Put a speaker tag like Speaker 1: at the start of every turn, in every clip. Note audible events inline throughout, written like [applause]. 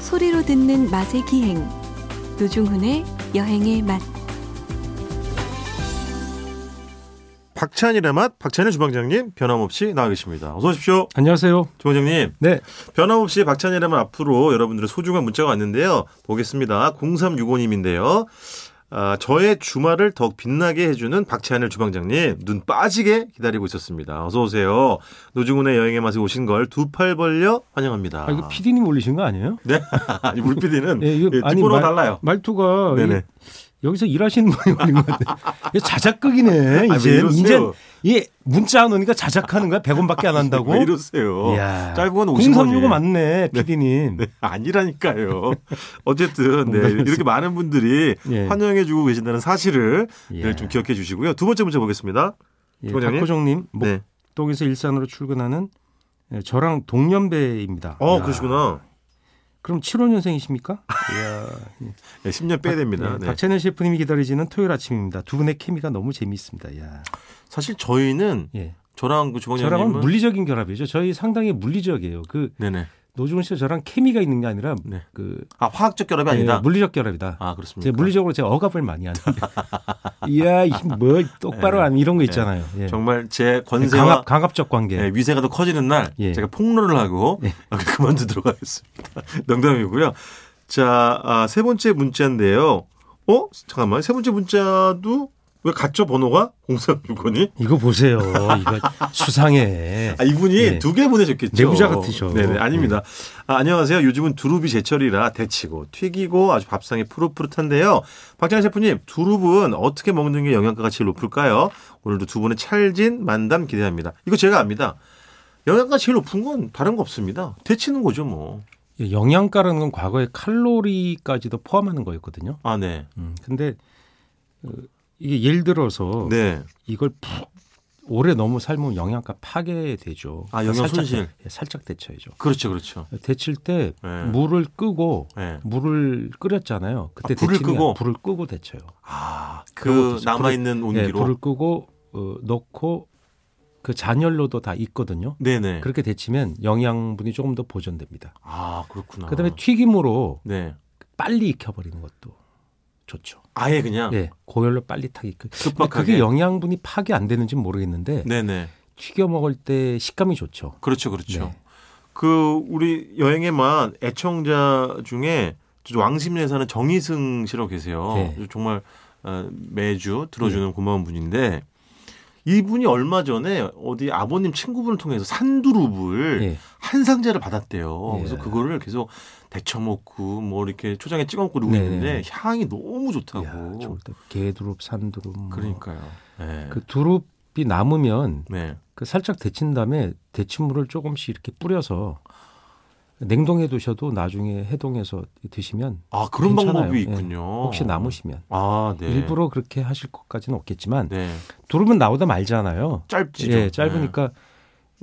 Speaker 1: 소리로 듣는 맛의 기행 노중훈의 여행의 맛
Speaker 2: 박찬일의 맛, 박찬일 주방장님 변함없이 나와 계십니다. 어서 오십시오.
Speaker 3: 안녕하세요.
Speaker 2: 주방장님.
Speaker 3: 네.
Speaker 2: 변함없이 박찬일의 맛 앞으로 여러분들의 소중한 문자가 왔는데요. 보겠습니다. 0365님인데요. 아, 저의 주말을 더욱 빛나게 해주는 박찬일 주방장님 눈 빠지게 기다리고 있었습니다. 어서 오세요. 노중훈의 여행의 맛에 오신 걸 두 팔 벌려 환영합니다.
Speaker 3: 아, 이거 PD님 올리신 거 아니에요?
Speaker 2: 네, [laughs] 아니, 물피디는
Speaker 3: 예, 이거 아니,
Speaker 2: 뒷번호
Speaker 3: 말-
Speaker 2: 달라요.
Speaker 3: 말투가
Speaker 2: 네네.
Speaker 3: 이- 여기서 일하시는 분이 올린 것 같아. 이거 자작극이네.
Speaker 2: [laughs] 아, 왜
Speaker 3: 이제
Speaker 2: 이러세요?
Speaker 3: 이제 이 문자 안 오니까 자작하는 거야. 100원밖에 안 한다고.
Speaker 2: 왜 이러세요?
Speaker 3: 이야.
Speaker 2: 짧은 건 50원이에요.
Speaker 3: 036은 맞네, PD님.
Speaker 2: 네, 아니라니까요. [laughs] 어쨌든 네,
Speaker 3: 농담이었어요.
Speaker 2: 이렇게 많은 분들이
Speaker 3: 예.
Speaker 2: 환영해주고 계신다는 사실을
Speaker 3: 예.
Speaker 2: 늘 좀 기억해 주시고요. 두 번째 문제 보겠습니다.
Speaker 3: 예,
Speaker 2: 소장님?
Speaker 3: 박호정님
Speaker 2: 네.
Speaker 3: 목동에서 일산으로 출근하는 예, 저랑 동년배입니다.
Speaker 2: 어,
Speaker 3: 야,
Speaker 2: 그러시구나.
Speaker 3: 그럼 7호년생이십니까? 예,
Speaker 2: 네, 10년 빼야 [laughs] 됩니다. 네.
Speaker 3: 박채널 셰프님이 기다리시는 토요일 아침입니다. 두 분의 케미가 너무 재미있습니다. 야.
Speaker 2: 사실 저희는
Speaker 3: 예.
Speaker 2: 저랑 그 주방장님은
Speaker 3: 저랑은 물리적인 결합이죠. 저희 상당히 물리적이에요. 그
Speaker 2: 네네.
Speaker 3: 노중훈 씨와 저랑 케미가 있는 게 아니라
Speaker 2: 네.
Speaker 3: 그
Speaker 2: 아 화학적 결합이
Speaker 3: 예,
Speaker 2: 아니다.
Speaker 3: 물리적 결합이다.
Speaker 2: 아 그렇습니다.
Speaker 3: 제가 물리적으로 제가 억압을 많이 하는데. [laughs] 이야, 이뭐 똑바로
Speaker 2: 예.
Speaker 3: 안 이런 거
Speaker 2: 예.
Speaker 3: 있잖아요. 예.
Speaker 2: 정말 제 권세와
Speaker 3: 강압 강압적 관계.
Speaker 2: 네, 위세가 더 커지는 날
Speaker 3: 예.
Speaker 2: 제가 폭로를 하고 [laughs] 그만두도록 하겠습니다. [laughs] 농담이고요. 자, 아, 세 번째 문자인데요. 어? 잠깐만. 세 번째 문자도 왜 같죠? 번호가? 0365님?
Speaker 3: 이거 보세요. 이거 수상해.
Speaker 2: 아, 이분이
Speaker 3: 예.
Speaker 2: 두 개 보내셨겠죠.
Speaker 3: 내부자 같으셔.
Speaker 2: 네네, 아닙니다. 아, 안녕하세요. 요즘은 두릅이 제철이라 데치고 튀기고 아주 밥상이 푸릇푸릇한데요. 박찬희 셰프님, 두릅은 어떻게 먹는 게 영양가가 제일 높을까요? 오늘도 두 분의 찰진 만담 기대합니다. 이거 제가 압니다. 영양가가 제일 높은 건 다른 거 없습니다. 데치는 거죠, 뭐.
Speaker 3: 예, 영양가라는 건 과거에 칼로리까지도 포함하는 거였거든요.
Speaker 2: 아, 네.
Speaker 3: 음, 근데 어, 이게 예를 들어서
Speaker 2: 네.
Speaker 3: 이걸 푹 오래 너무 삶으면 영양가 파괴되죠.
Speaker 2: 아, 영양
Speaker 3: 살짝
Speaker 2: 손실.
Speaker 3: 데- 예, 살짝 데쳐야죠.
Speaker 2: 그렇죠, 그렇죠.
Speaker 3: 데칠 때
Speaker 2: 네.
Speaker 3: 물을 끄고
Speaker 2: 네.
Speaker 3: 물을 끓였잖아요. 그때
Speaker 2: 아, 불을
Speaker 3: 데치면
Speaker 2: 끄고?
Speaker 3: 불을 끄고 데쳐요.
Speaker 2: 아,
Speaker 3: 그런
Speaker 2: 그
Speaker 3: 것도
Speaker 2: 남아있는
Speaker 3: 예,
Speaker 2: 온기로.
Speaker 3: 불을 끄고 어, 넣고 그 잔열로도 다 있거든요.
Speaker 2: 네네.
Speaker 3: 그렇게 데치면 영양분이 조금 더 보존됩니다.
Speaker 2: 아, 그렇구나.
Speaker 3: 그다음에 튀김으로
Speaker 2: 네.
Speaker 3: 빨리 익혀버리는 것도 좋죠.
Speaker 2: 아예 그냥
Speaker 3: 예, 고열로 빨리 타기. 그- 근데
Speaker 2: 급박하게.
Speaker 3: 그게 영양분이 파괴 안 되는지 는 모르겠는데
Speaker 2: 네네.
Speaker 3: 튀겨 먹을 때 식감이 좋죠.
Speaker 2: 그렇죠, 그렇죠.
Speaker 3: 네.
Speaker 2: 그 우리 여행에만 애청자 중에 저 왕십리에 사는 정희승 씨라고 계세요.
Speaker 3: 네.
Speaker 2: 정말 어, 매주 들어주는 고마운 분인데 이분이 얼마 전에 어디 아버님 친구분을 통해서 산두릅을
Speaker 3: 예.
Speaker 2: 한 상자를 받았대요.
Speaker 3: 예.
Speaker 2: 그래서 그거를 계속 데쳐 먹고 뭐 이렇게 초장에 찍어 먹고 이러고
Speaker 3: 네네.
Speaker 2: 있는데 향이 너무
Speaker 3: 야,
Speaker 2: 좋다고.
Speaker 3: 좋을 때 게두릅, 산두릅. 뭐.
Speaker 2: 그러니까요. 네.
Speaker 3: 그 두릅이 남으면
Speaker 2: 네.
Speaker 3: 그 살짝 데친 다음에 데친물을 조금씩 이렇게 뿌려서 냉동해 두셔도 나중에 해동해서 드시면
Speaker 2: 아 그런
Speaker 3: 괜찮아요.
Speaker 2: 방법이
Speaker 3: 예.
Speaker 2: 있군요.
Speaker 3: 혹시 남으시면
Speaker 2: 아 어. 네.
Speaker 3: 일부러 그렇게 하실 것까지는 없겠지만
Speaker 2: 네.
Speaker 3: 두릅은 나오다 말잖아요.
Speaker 2: 짧지죠. 네.
Speaker 3: 예, 짧으니까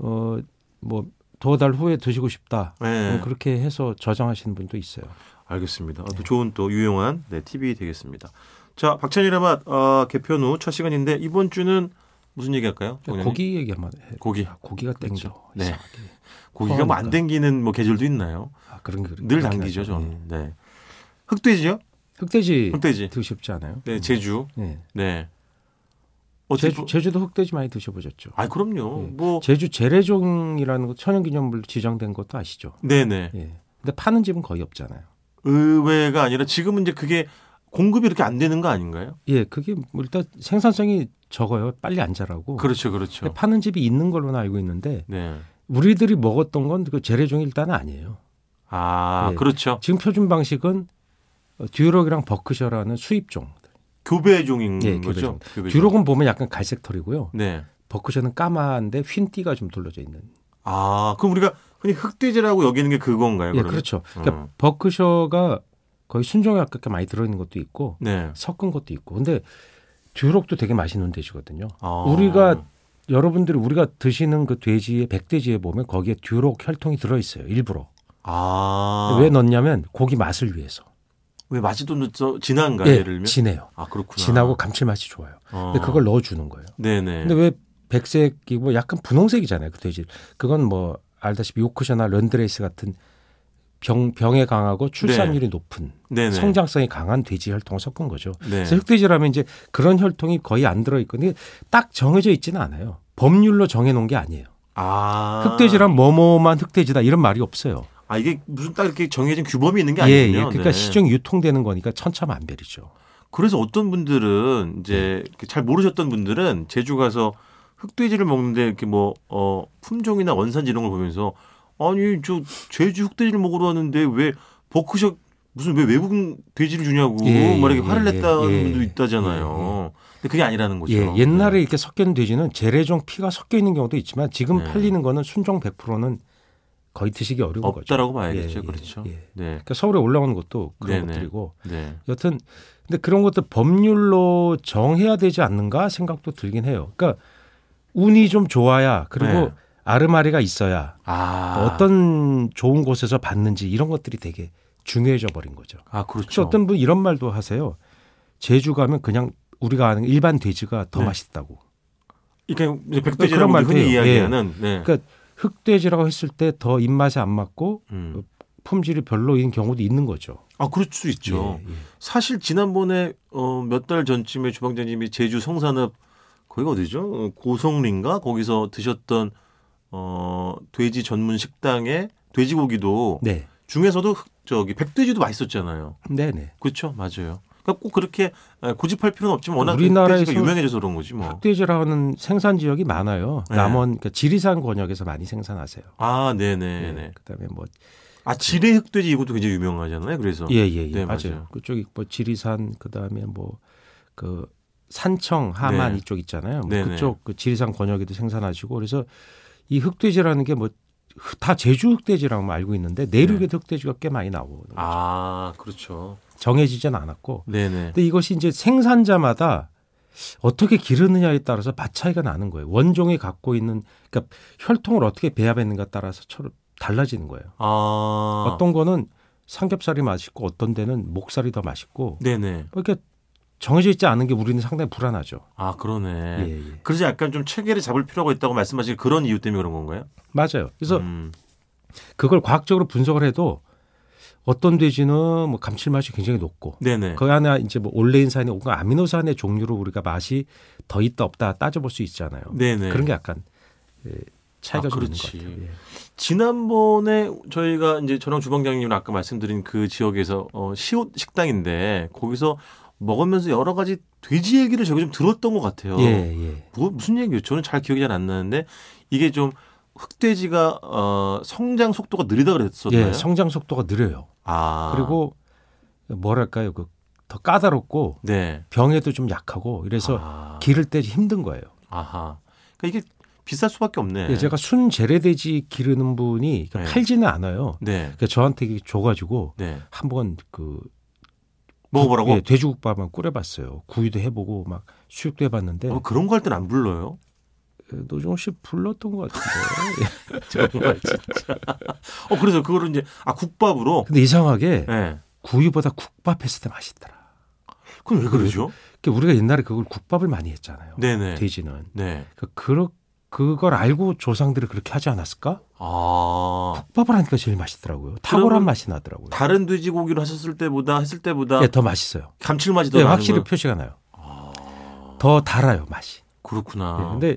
Speaker 3: 어뭐 두어 달 후에 드시고 싶다.
Speaker 2: 네. 네.
Speaker 3: 뭐 그렇게 해서 저장하시는 분도 있어요.
Speaker 2: 알겠습니다. 아, 또 좋은 또 유용한 네, 팁이 되겠습니다. 자, 박찬일의 맛 아, 개편 후 첫 시간인데 이번 주는 무슨 얘기할까요? 원장님?
Speaker 3: 네, 고기 얘기만 해. 아,
Speaker 2: 고기.
Speaker 3: 고기가 땡겨.
Speaker 2: 그렇죠. 네.
Speaker 3: 이상하게.
Speaker 2: 고기가 뭐 안
Speaker 3: 포함할까요?
Speaker 2: 땡기는 뭐 계절도 있나요?
Speaker 3: 아, 그런 게
Speaker 2: 늘
Speaker 3: 그렇긴
Speaker 2: 당기죠,
Speaker 3: 하죠. 예.
Speaker 2: 저는. 네. 흑돼지요?
Speaker 3: 흑돼지
Speaker 2: 흑돼지.
Speaker 3: 드셨지 않아요?
Speaker 2: 네, 제주.
Speaker 3: 예.
Speaker 2: 네. 어떻게
Speaker 3: 제주, 제주도 흑돼지 많이 드셔보셨죠?
Speaker 2: 아, 그럼요.
Speaker 3: 예.
Speaker 2: 뭐
Speaker 3: 제주 재래종이라는 거 천연기념물로 지정된 것도 아시죠?
Speaker 2: 네, 네.
Speaker 3: 예. 근데 파는 집은 거의 없잖아요.
Speaker 2: 의외가 아니라 지금은 이제 그게 공급이 이렇게 안 되는 거 아닌가요?
Speaker 3: 예, 그게 뭐 일단 생산성이 적어요. 빨리 안 자라고.
Speaker 2: 그렇죠,
Speaker 3: 근데
Speaker 2: 그렇죠.
Speaker 3: 파는 집이 있는 걸로는 알고 있는데
Speaker 2: 네.
Speaker 3: 우리들이 먹었던 건 그 재래종이 일단은 아니에요.
Speaker 2: 아,
Speaker 3: 예.
Speaker 2: 그렇죠.
Speaker 3: 지금 표준 방식은 어, 듀록이랑 버크셔라는 수입종.
Speaker 2: 교배종인
Speaker 3: 예,
Speaker 2: 거죠. 교배종.
Speaker 3: 듀록은 보면 약간 갈색 털이고요.
Speaker 2: 네.
Speaker 3: 버크셔는 까만데 흰띠가 좀 둘러져 있는.
Speaker 2: 아, 그럼 우리가 흔히 흑돼지라고 여기는 게 네, 그건가요?
Speaker 3: 예,
Speaker 2: 그러면?
Speaker 3: 그렇죠. 그러니까
Speaker 2: 음.
Speaker 3: 버크셔가 거의 순종에 가깝게 많이 들어있는 것도 있고
Speaker 2: 네.
Speaker 3: 섞은 것도 있고. 근데 듀록도 되게 맛있는 돼지거든요.
Speaker 2: 아.
Speaker 3: 우리가 여러분들이 우리가 드시는 그 돼지의 백돼지에 보면 거기에 듀록 혈통이 들어있어요. 일부러.
Speaker 2: 아.
Speaker 3: 왜 넣냐면 고기 맛을 위해서.
Speaker 2: 왜 맛이 좀 더 진한가
Speaker 3: 예,
Speaker 2: 그러니까 예를 들면?
Speaker 3: 진해요.
Speaker 2: 아, 그렇구나.
Speaker 3: 진하고 감칠맛이 좋아요.
Speaker 2: 어.
Speaker 3: 근데 그걸 넣어주는 거예요.
Speaker 2: 네네.
Speaker 3: 근데 그 왜 백색이고 약간 분홍색이잖아요. 그 돼지. 그건 뭐 알다시피 요크셔나 런드레이스 같은 병, 병에 강하고 출산율이 높은
Speaker 2: 네네.
Speaker 3: 성장성이 강한 돼지 혈통을 섞은 거죠.
Speaker 2: 네.
Speaker 3: 그래서 흑돼지라면 이제 그런 혈통이 거의 안 들어 있거든요. 딱 정해져 있지는 않아요. 법률로 정해 놓은 게 아니에요.
Speaker 2: 아.
Speaker 3: 흑돼지란 뭐뭐만 흑돼지다 이런 말이 없어요.
Speaker 2: 아 이게 무슨 딱 이렇게 정해진 규범이 있는 게
Speaker 3: 예,
Speaker 2: 아니군요.
Speaker 3: 예. 그러니까
Speaker 2: 네.
Speaker 3: 시중 유통되는 거니까 천차만별이죠.
Speaker 2: 그래서 어떤 분들은 이제
Speaker 3: 네.
Speaker 2: 이렇게 잘 모르셨던 분들은 제주 가서 흑돼지를 먹는데 이렇게 뭐 어, 품종이나 원산지 이런 걸 보면서 아니 저 제주 흑돼지를 먹으러 왔는데 왜 버크셔 무슨 왜 외국 돼지를 주냐고
Speaker 3: 예,
Speaker 2: 막
Speaker 3: 예,
Speaker 2: 이렇게 화를
Speaker 3: 예,
Speaker 2: 냈다는
Speaker 3: 예,
Speaker 2: 분도
Speaker 3: 예,
Speaker 2: 있다잖아요. 근데 그게 아니라는 거죠. 네.
Speaker 3: 예, 옛날에 이렇게 섞여 있는 돼지는 재래종 피가 섞여 있는 경우도 있지만 지금
Speaker 2: 네.
Speaker 3: 팔리는 거는 순종 100%는 거의 드시기 어려운 거죠.
Speaker 2: 없다라고 봐야겠죠.
Speaker 3: 예, 예,
Speaker 2: 그렇죠.
Speaker 3: 예.
Speaker 2: 네.
Speaker 3: 그러니까 서울에 올라오는 것도 그런
Speaker 2: 네네.
Speaker 3: 것들이고
Speaker 2: 네.
Speaker 3: 여튼 근데 그런 것도 법률로 정해야 되지 않는가 생각도 들긴 해요. 그러니까 운이 좀 좋아야 그리고
Speaker 2: 네.
Speaker 3: 아르마리가 있어야
Speaker 2: 아.
Speaker 3: 어떤 좋은 곳에서 받는지 이런 것들이 되게 중요해져 버린 거죠.
Speaker 2: 아,
Speaker 3: 혹시
Speaker 2: 그렇죠.
Speaker 3: 어떤 분 이런 말도 하세요. 제주 가면 그냥 우리가 아는 일반 돼지가 더
Speaker 2: 네. 맛있다고.
Speaker 3: 맛있다고.
Speaker 2: 그러니까 이제
Speaker 3: 그런
Speaker 2: 백돼지라고
Speaker 3: 말도
Speaker 2: 흔히
Speaker 3: 해요. 예.
Speaker 2: 이야기하는 네.
Speaker 3: 그러니까 흑돼지라고 했을 때 더 입맛에 안 맞고
Speaker 2: 음.
Speaker 3: 품질이 별로인 경우도 있는 거죠.
Speaker 2: 아, 그럴 수 있죠.
Speaker 3: 예, 예.
Speaker 2: 사실 지난번에 어, 몇 달 전쯤에 주방장님이 제주 성산읍 거기가 어디죠? 어, 고성리인가 거기서 드셨던 어, 돼지 전문 식당의 돼지고기도
Speaker 3: 네,
Speaker 2: 중에서도 흑- 저기 백돼지도 맛있었잖아요.
Speaker 3: 네, 네.
Speaker 2: 그렇죠, 맞아요. 그러니까 꼭 그렇게 에, 고집할 필요는 없지만 워낙
Speaker 3: 우리나라에서
Speaker 2: 백돼지가 유명해져서 그런 거지 뭐.
Speaker 3: 흑돼지라는 생산 지역이 많아요.
Speaker 2: 네.
Speaker 3: 남원, 그러니까 지리산 권역에서 많이 생산하세요.
Speaker 2: 아, 네, 네,
Speaker 3: 네,
Speaker 2: 네.
Speaker 3: 그다음에 뭐,
Speaker 2: 아, 지뢰 흑돼지 이것도 굉장히 유명하잖아요. 그래서
Speaker 3: 예, 예, 예,
Speaker 2: 네,
Speaker 3: 맞아요.
Speaker 2: 맞아요.
Speaker 3: 그쪽이 뭐 지리산, 그다음에 뭐 그 산청, 하만
Speaker 2: 네.
Speaker 3: 이쪽 있잖아요. 뭐
Speaker 2: 네, 네.
Speaker 3: 그쪽 그 지리산 권역에도 생산하시고 그래서 이 흑돼지라는 게 뭐 다 제주 흑돼지라고 알고 있는데 내륙에도 흑돼지가 꽤 많이 나오고
Speaker 2: 네. 아, 그렇죠.
Speaker 3: 정해지진 않았고
Speaker 2: 네, 네.
Speaker 3: 근데 이것이 이제 생산자마다 어떻게 기르느냐에 따라서 맛 차이가 나는 거예요. 원종이 갖고 있는 그러니까 혈통을 어떻게 배합했는가 따라서 서로 달라지는 거예요.
Speaker 2: 아,
Speaker 3: 어떤 거는 삼겹살이 맛있고 어떤 데는 목살이 더 맛있고
Speaker 2: 네, 네.
Speaker 3: 이렇게 정해져 있지 않은 게 우리는 상당히 불안하죠.
Speaker 2: 아, 그러네.
Speaker 3: 예, 예.
Speaker 2: 그래서 약간 좀 체계를 잡을 필요가 있다고 말씀하신 그런 이유 때문에 그런 건가요?
Speaker 3: 맞아요. 그래서
Speaker 2: 음.
Speaker 3: 그걸 과학적으로 분석을 해도 어떤 돼지는 뭐 감칠맛이 굉장히 높고
Speaker 2: 네네.
Speaker 3: 그 안에 이제 뭐 올레인산이 온갖 아미노산의 종류로 우리가 맛이 더 있다 없다 따져볼 수 있잖아요.
Speaker 2: 네네.
Speaker 3: 그런 게 약간 예, 차이가
Speaker 2: 아,
Speaker 3: 좀
Speaker 2: 그렇지.
Speaker 3: 있는 것 같아요.
Speaker 2: 지난번에 저희가 이제 저랑 주방장님은 아까 말씀드린 그 지역에서 어, 시옷 식당인데 거기서 먹으면서 여러 가지 돼지 얘기를 저기 좀 들었던 것 같아요.
Speaker 3: 예, 예. 예.
Speaker 2: 그거 무슨 얘기예요? 저는 잘 기억이 잘 안 나는데 이게 좀 흑돼지가 어, 성장 속도가 느리다 그랬었나요?
Speaker 3: 예, 성장 속도가 느려요.
Speaker 2: 아
Speaker 3: 그리고 뭐랄까요, 그 더 까다롭고
Speaker 2: 네.
Speaker 3: 병에도 좀 약하고 이래서
Speaker 2: 아,
Speaker 3: 기를 때 힘든 거예요.
Speaker 2: 아하. 그러니까 이게 비쌀 수밖에 없네.
Speaker 3: 예, 제가 순 재래돼지 기르는 분이
Speaker 2: 네.
Speaker 3: 팔지는 않아요.
Speaker 2: 네.
Speaker 3: 그러니까 저한테 이게 줘가지고
Speaker 2: 네.
Speaker 3: 한번 그
Speaker 2: 먹어보라고.
Speaker 3: 예, 돼지국밥 만 끓여봤어요. 구이도 해보고 막 수육도 해봤는데 그
Speaker 2: 어, 그런 거 할 땐 안 불러요. [laughs]
Speaker 3: 노종 씨 불렀던 것 같은데. [laughs] 예.
Speaker 2: 정말 진짜. 어 그래서 그거를 이제 아 국밥으로.
Speaker 3: 근데 이상하게
Speaker 2: 예.
Speaker 3: 구이보다 국밥 했을 때 맛있더라.
Speaker 2: 그럼 왜 그러죠?
Speaker 3: 그러니까 우리가 옛날에 그걸 국밥을 많이 했잖아요.
Speaker 2: 네네.
Speaker 3: 그 돼지는.
Speaker 2: 네.
Speaker 3: 그그걸 알고 조상들이 그렇게 하지 않았을까?
Speaker 2: 아
Speaker 3: 국밥을 하니까 제일 맛있더라고요. 탁월한
Speaker 2: 그러면
Speaker 3: 맛이 나더라고요.
Speaker 2: 다른 돼지고기로 하셨을 때보다 했을 때보다
Speaker 3: 예, 더 맛있어요.
Speaker 2: 감칠맛이 더
Speaker 3: 예,
Speaker 2: 나는
Speaker 3: 확실히
Speaker 2: 건-
Speaker 3: 표시가 나요.
Speaker 2: 아,
Speaker 3: 더 달아요 맛이. 예,
Speaker 2: 그렇구나.
Speaker 3: 근데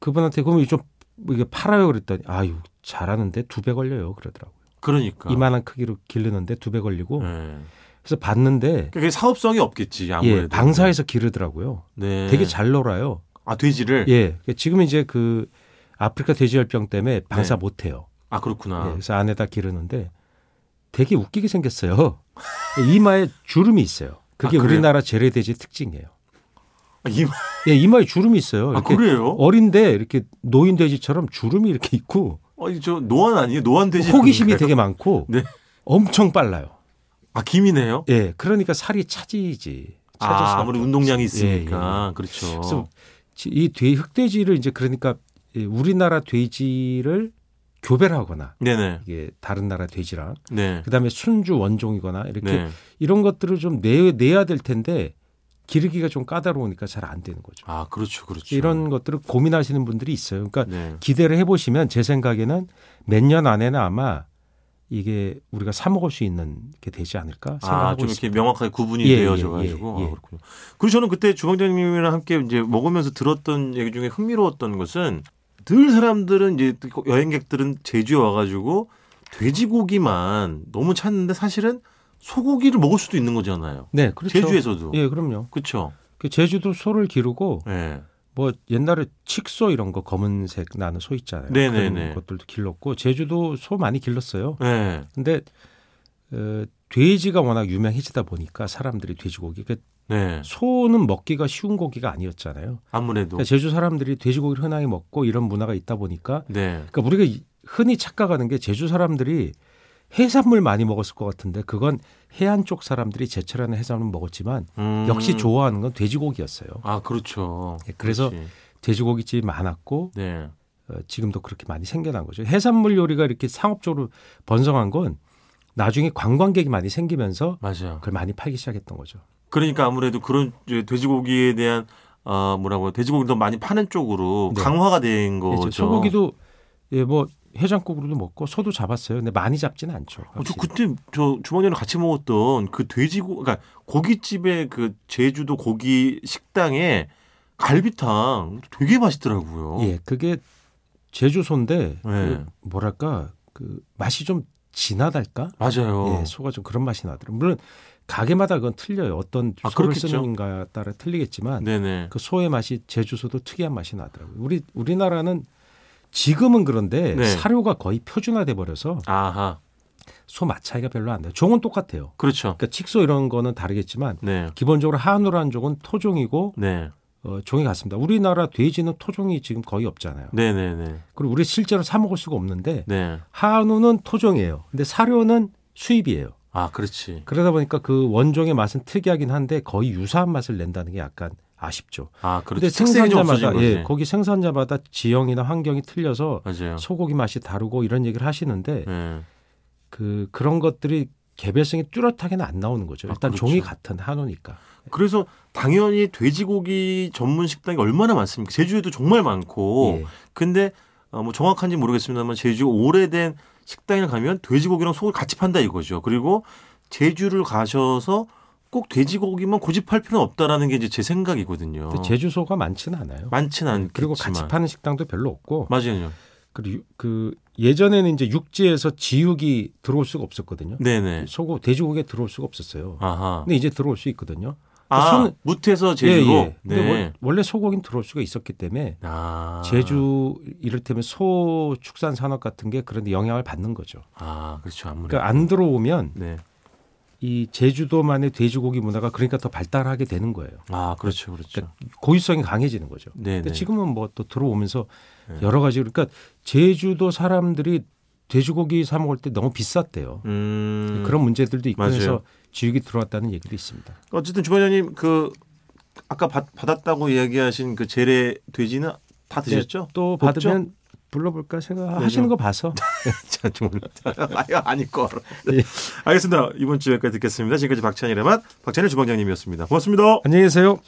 Speaker 3: 그분한테 그럼 이거 좀뭐 이게 팔아요 그랬더니 아유 잘하는데 두 배 걸려요 그러더라고요.
Speaker 2: 그러니까.
Speaker 3: 이만한 크기로 기르는데 두 배 걸리고
Speaker 2: 예.
Speaker 3: 그래서 봤는데
Speaker 2: 그게 사업성이 없겠지 아무래도.
Speaker 3: 예, 방사에서 기르더라고요.
Speaker 2: 네.
Speaker 3: 되게 잘 놀아요.
Speaker 2: 아 돼지를.
Speaker 3: 예, 지금 이제 그 아프리카 돼지열병 때문에 방사
Speaker 2: 네.
Speaker 3: 못 해요.
Speaker 2: 아
Speaker 3: 예,
Speaker 2: 그렇구나.
Speaker 3: 그래서 안에다 기르는데 되게 웃기게 생겼어요. 이마에 주름이 있어요. 그게
Speaker 2: 아, 그래요?
Speaker 3: 우리나라 재래돼지 특징이에요.
Speaker 2: 아, 이...
Speaker 3: 예, 이마에 주름이 있어요.
Speaker 2: 아
Speaker 3: 이렇게
Speaker 2: 그래요?
Speaker 3: 어린데 이렇게 노인 돼지처럼 주름이 이렇게 있고
Speaker 2: 어, 이저 노안 아니에요? 노안 돼지.
Speaker 3: 어, 호기심이
Speaker 2: 그런가요?
Speaker 3: 되게 많고
Speaker 2: [laughs] 네.
Speaker 3: 엄청 빨라요.
Speaker 2: 아 김이네요.
Speaker 3: 예, 그러니까 살이 차지지. 차질
Speaker 2: 아,
Speaker 3: 수밖에
Speaker 2: 아무리 운동량이
Speaker 3: 없지. 예,
Speaker 2: 있으니까
Speaker 3: 예, 예.
Speaker 2: 그렇죠.
Speaker 3: 그래서 지- 이 돼, 흑돼지를 이제 그러니까 이 우리나라 돼지를 교배하거나
Speaker 2: 네네.
Speaker 3: 이게 다른 나라 돼지랑
Speaker 2: 네.
Speaker 3: 그다음에 순주 원종이거나 이렇게
Speaker 2: 네.
Speaker 3: 이런 것들을 좀 내, 내야 될 텐데 기르기가 좀 까다로우니까 잘 안 되는 거죠.
Speaker 2: 아, 그렇죠. 그렇죠.
Speaker 3: 이런 것들을 고민하시는 분들이 있어요. 그러니까
Speaker 2: 네.
Speaker 3: 기대를 해보시면 제 생각에는 몇 년 안에는 아마 이게 우리가 사 먹을 수 있는 게 되지 않을까 생각하고
Speaker 2: 아, 좀 이렇게
Speaker 3: 있습니다.
Speaker 2: 명확하게 구분이
Speaker 3: 예,
Speaker 2: 되어져
Speaker 3: 예,
Speaker 2: 가지고
Speaker 3: 예, 예.
Speaker 2: 아, 그렇군요. 그리고 저는 그때 주방장님이랑 함께 이제 먹으면서 들었던 얘기 중에 흥미로웠던 것은 늘 사람들은 이제 여행객들은 제주에 와가지고 돼지고기만 너무 찾는데 사실은 소고기를 먹을 수도 있는 거잖아요.
Speaker 3: 네, 그렇죠.
Speaker 2: 제주에서도
Speaker 3: 예, 그럼요.
Speaker 2: 그렇죠.
Speaker 3: 그 제주도 소를 기르고
Speaker 2: 예.
Speaker 3: 뭐 옛날에 칙소 이런 거 검은색 나는 소 있잖아요.
Speaker 2: 네네네.
Speaker 3: 그런 것들도 길렀고 제주도 소 많이 길렀어요.
Speaker 2: 예.
Speaker 3: 근데 어, 돼지가 워낙 유명해지다 보니까 사람들이 돼지고기 그
Speaker 2: 네.
Speaker 3: 소는 먹기가 쉬운 고기가 아니었잖아요.
Speaker 2: 아무래도
Speaker 3: 그러니까 제주 사람들이 돼지고기를 흔하게 먹고 이런 문화가 있다 보니까
Speaker 2: 네.
Speaker 3: 그러니까 우리가 이- 흔히 착각하는 게 제주 사람들이 해산물 많이 먹었을 것 같은데 그건 해안 쪽 사람들이 제철하는 해산물 먹었지만
Speaker 2: 음.
Speaker 3: 역시 좋아하는 건 돼지고기였어요.
Speaker 2: 아 그렇죠.
Speaker 3: 예, 그래서
Speaker 2: 그렇지.
Speaker 3: 돼지고기집이 많았고
Speaker 2: 네.
Speaker 3: 어, 지금도 그렇게 많이 생겨난 거죠. 해산물 요리가 이렇게 상업적으로 번성한 건 나중에 관광객이 많이 생기면서
Speaker 2: 맞아.
Speaker 3: 그걸 많이 팔기 시작했던 거죠.
Speaker 2: 그러니까 아무래도 그런 이제 돼지고기에 대한 아 뭐라고 돼지고기를 더 많이 파는 쪽으로
Speaker 3: 네.
Speaker 2: 강화가 된 거죠.
Speaker 3: 예, 소고기도 예, 뭐 해장국으로도 먹고 소도 잡았어요. 근데 많이 잡지는 않죠.
Speaker 2: 어, 저
Speaker 3: 확실히.
Speaker 2: 그때 저 주방장님 같이 먹었던 그 돼지고 그러니까 고깃집의 그 제주도 고기 식당에 갈비탕 되게 맛있더라고요.
Speaker 3: 예, 그게 제주소인데
Speaker 2: 네.
Speaker 3: 그 뭐랄까 그 맛이 좀 진하달까?
Speaker 2: 맞아요.
Speaker 3: 예, 소가 좀 그런 맛이 나더라고요. 물론 가게마다 그건 틀려요. 어떤
Speaker 2: 아,
Speaker 3: 소를
Speaker 2: 그렇겠죠.
Speaker 3: 쓰는가에 따라 틀리겠지만
Speaker 2: 네네.
Speaker 3: 그 소의 맛이 제주소도 특이한 맛이 나더라고요. 우리 우리나라는 지금은 그런데
Speaker 2: 네.
Speaker 3: 사료가 거의 표준화돼 버려서
Speaker 2: 아하.
Speaker 3: 소 맛 차이가 별로 안 나요. 종은 똑같아요.
Speaker 2: 그렇죠.
Speaker 3: 그러니까 칙소 이런 거는 다르겠지만
Speaker 2: 네.
Speaker 3: 기본적으로 한우라는 종은 토종이고
Speaker 2: 네.
Speaker 3: 어, 종이 같습니다. 우리나라 돼지는 토종이 지금 거의 없잖아요.
Speaker 2: 네네네.
Speaker 3: 그리고 우리 실제로 사 먹을 수가 없는데
Speaker 2: 네.
Speaker 3: 한우는 토종이에요. 근데 사료는 수입이에요.
Speaker 2: 아 그렇지.
Speaker 3: 그러다 보니까 그 원종의 맛은 특이하긴 한데 거의 유사한 맛을 낸다는 게 약간 아쉽죠.
Speaker 2: 아
Speaker 3: 근데
Speaker 2: 그렇지. 특색이 좀 없어진
Speaker 3: 생산자마다
Speaker 2: 거지.
Speaker 3: 예, 거기 생산자마다 지형이나 환경이 틀려서
Speaker 2: 맞아요.
Speaker 3: 소고기 맛이 다르고 이런 얘기를 하시는데
Speaker 2: 예.
Speaker 3: 그 그런 것들이 개별성이 뚜렷하게는 안 나오는 거죠.
Speaker 2: 아,
Speaker 3: 일단
Speaker 2: 그렇죠.
Speaker 3: 종이 같은 한우니까.
Speaker 2: 그래서 당연히 돼지고기 전문 식당이 얼마나 많습니까? 제주에도 정말 많고.
Speaker 3: 예.
Speaker 2: 근데 어, 뭐 정확한지 모르겠습니다만 제주 오래된 식당에 가면 돼지고기랑 소를 같이 판다 이거죠. 그리고 제주를 가셔서 꼭 돼지고기만 고집할 필요는 없다라는 게 이제 제 생각이거든요.
Speaker 3: 근데 제주소가 많지는 않아요.
Speaker 2: 많진 않겠지만
Speaker 3: 음, 그리고 같이 파는 식당도 별로 없고
Speaker 2: 맞아요.
Speaker 3: 그리고 유- 그 예전에는 이제 육지에서 지육이 들어올 수가 없었거든요.
Speaker 2: 네네.
Speaker 3: 소고 돼지고기에 들어올 수가 없었어요.
Speaker 2: 아하.
Speaker 3: 그 근데 이제 들어올 수 있거든요.
Speaker 2: 아
Speaker 3: 손-
Speaker 2: 무트에서 제주로.
Speaker 3: 예, 예. 근데
Speaker 2: 네.
Speaker 3: 원- 원래 소고기는 들어올 수가 있었기 때문에
Speaker 2: 아.
Speaker 3: 제주 이를테면 소 축산 산업 같은 게 그런데 영향을 받는 거죠.
Speaker 2: 아 그렇죠 아무래도.
Speaker 3: 그러니까 안 들어오면
Speaker 2: 네.
Speaker 3: 이 제주도만의 돼지고기 문화가 그러니까 더 발달하게 되는 거예요.
Speaker 2: 아 그렇죠 그렇죠.
Speaker 3: 고유성이 강해지는 거죠.
Speaker 2: 네네.
Speaker 3: 그러니까 근데 지금은 뭐 또 들어오면서
Speaker 2: 네.
Speaker 3: 여러 가지 그러니까 제주도 사람들이 돼지고기 사 먹을 때 너무 비쌌대요.
Speaker 2: 음.
Speaker 3: 그런 문제들도 있고
Speaker 2: 맞아요.
Speaker 3: 해서 지육이 들어왔다는 얘기도 있습니다.
Speaker 2: 어쨌든 주방장님 그 아까 받, 받았다고 이야기하신 그 재래 돼지는 다 드셨죠?
Speaker 3: 네, 또
Speaker 2: 없죠?
Speaker 3: 받으면 불러볼까 생각하시는
Speaker 2: 네,
Speaker 3: 거 봐서
Speaker 2: [laughs]
Speaker 3: [laughs]
Speaker 2: 자, 좀 아유 아닐 거.
Speaker 3: 예.
Speaker 2: 알겠습니다. 이번 주 여기까지 듣겠습니다. 지금까지 박찬일의 맛 박찬일 주방장님이었습니다. 고맙습니다.
Speaker 3: 안녕히 계세요.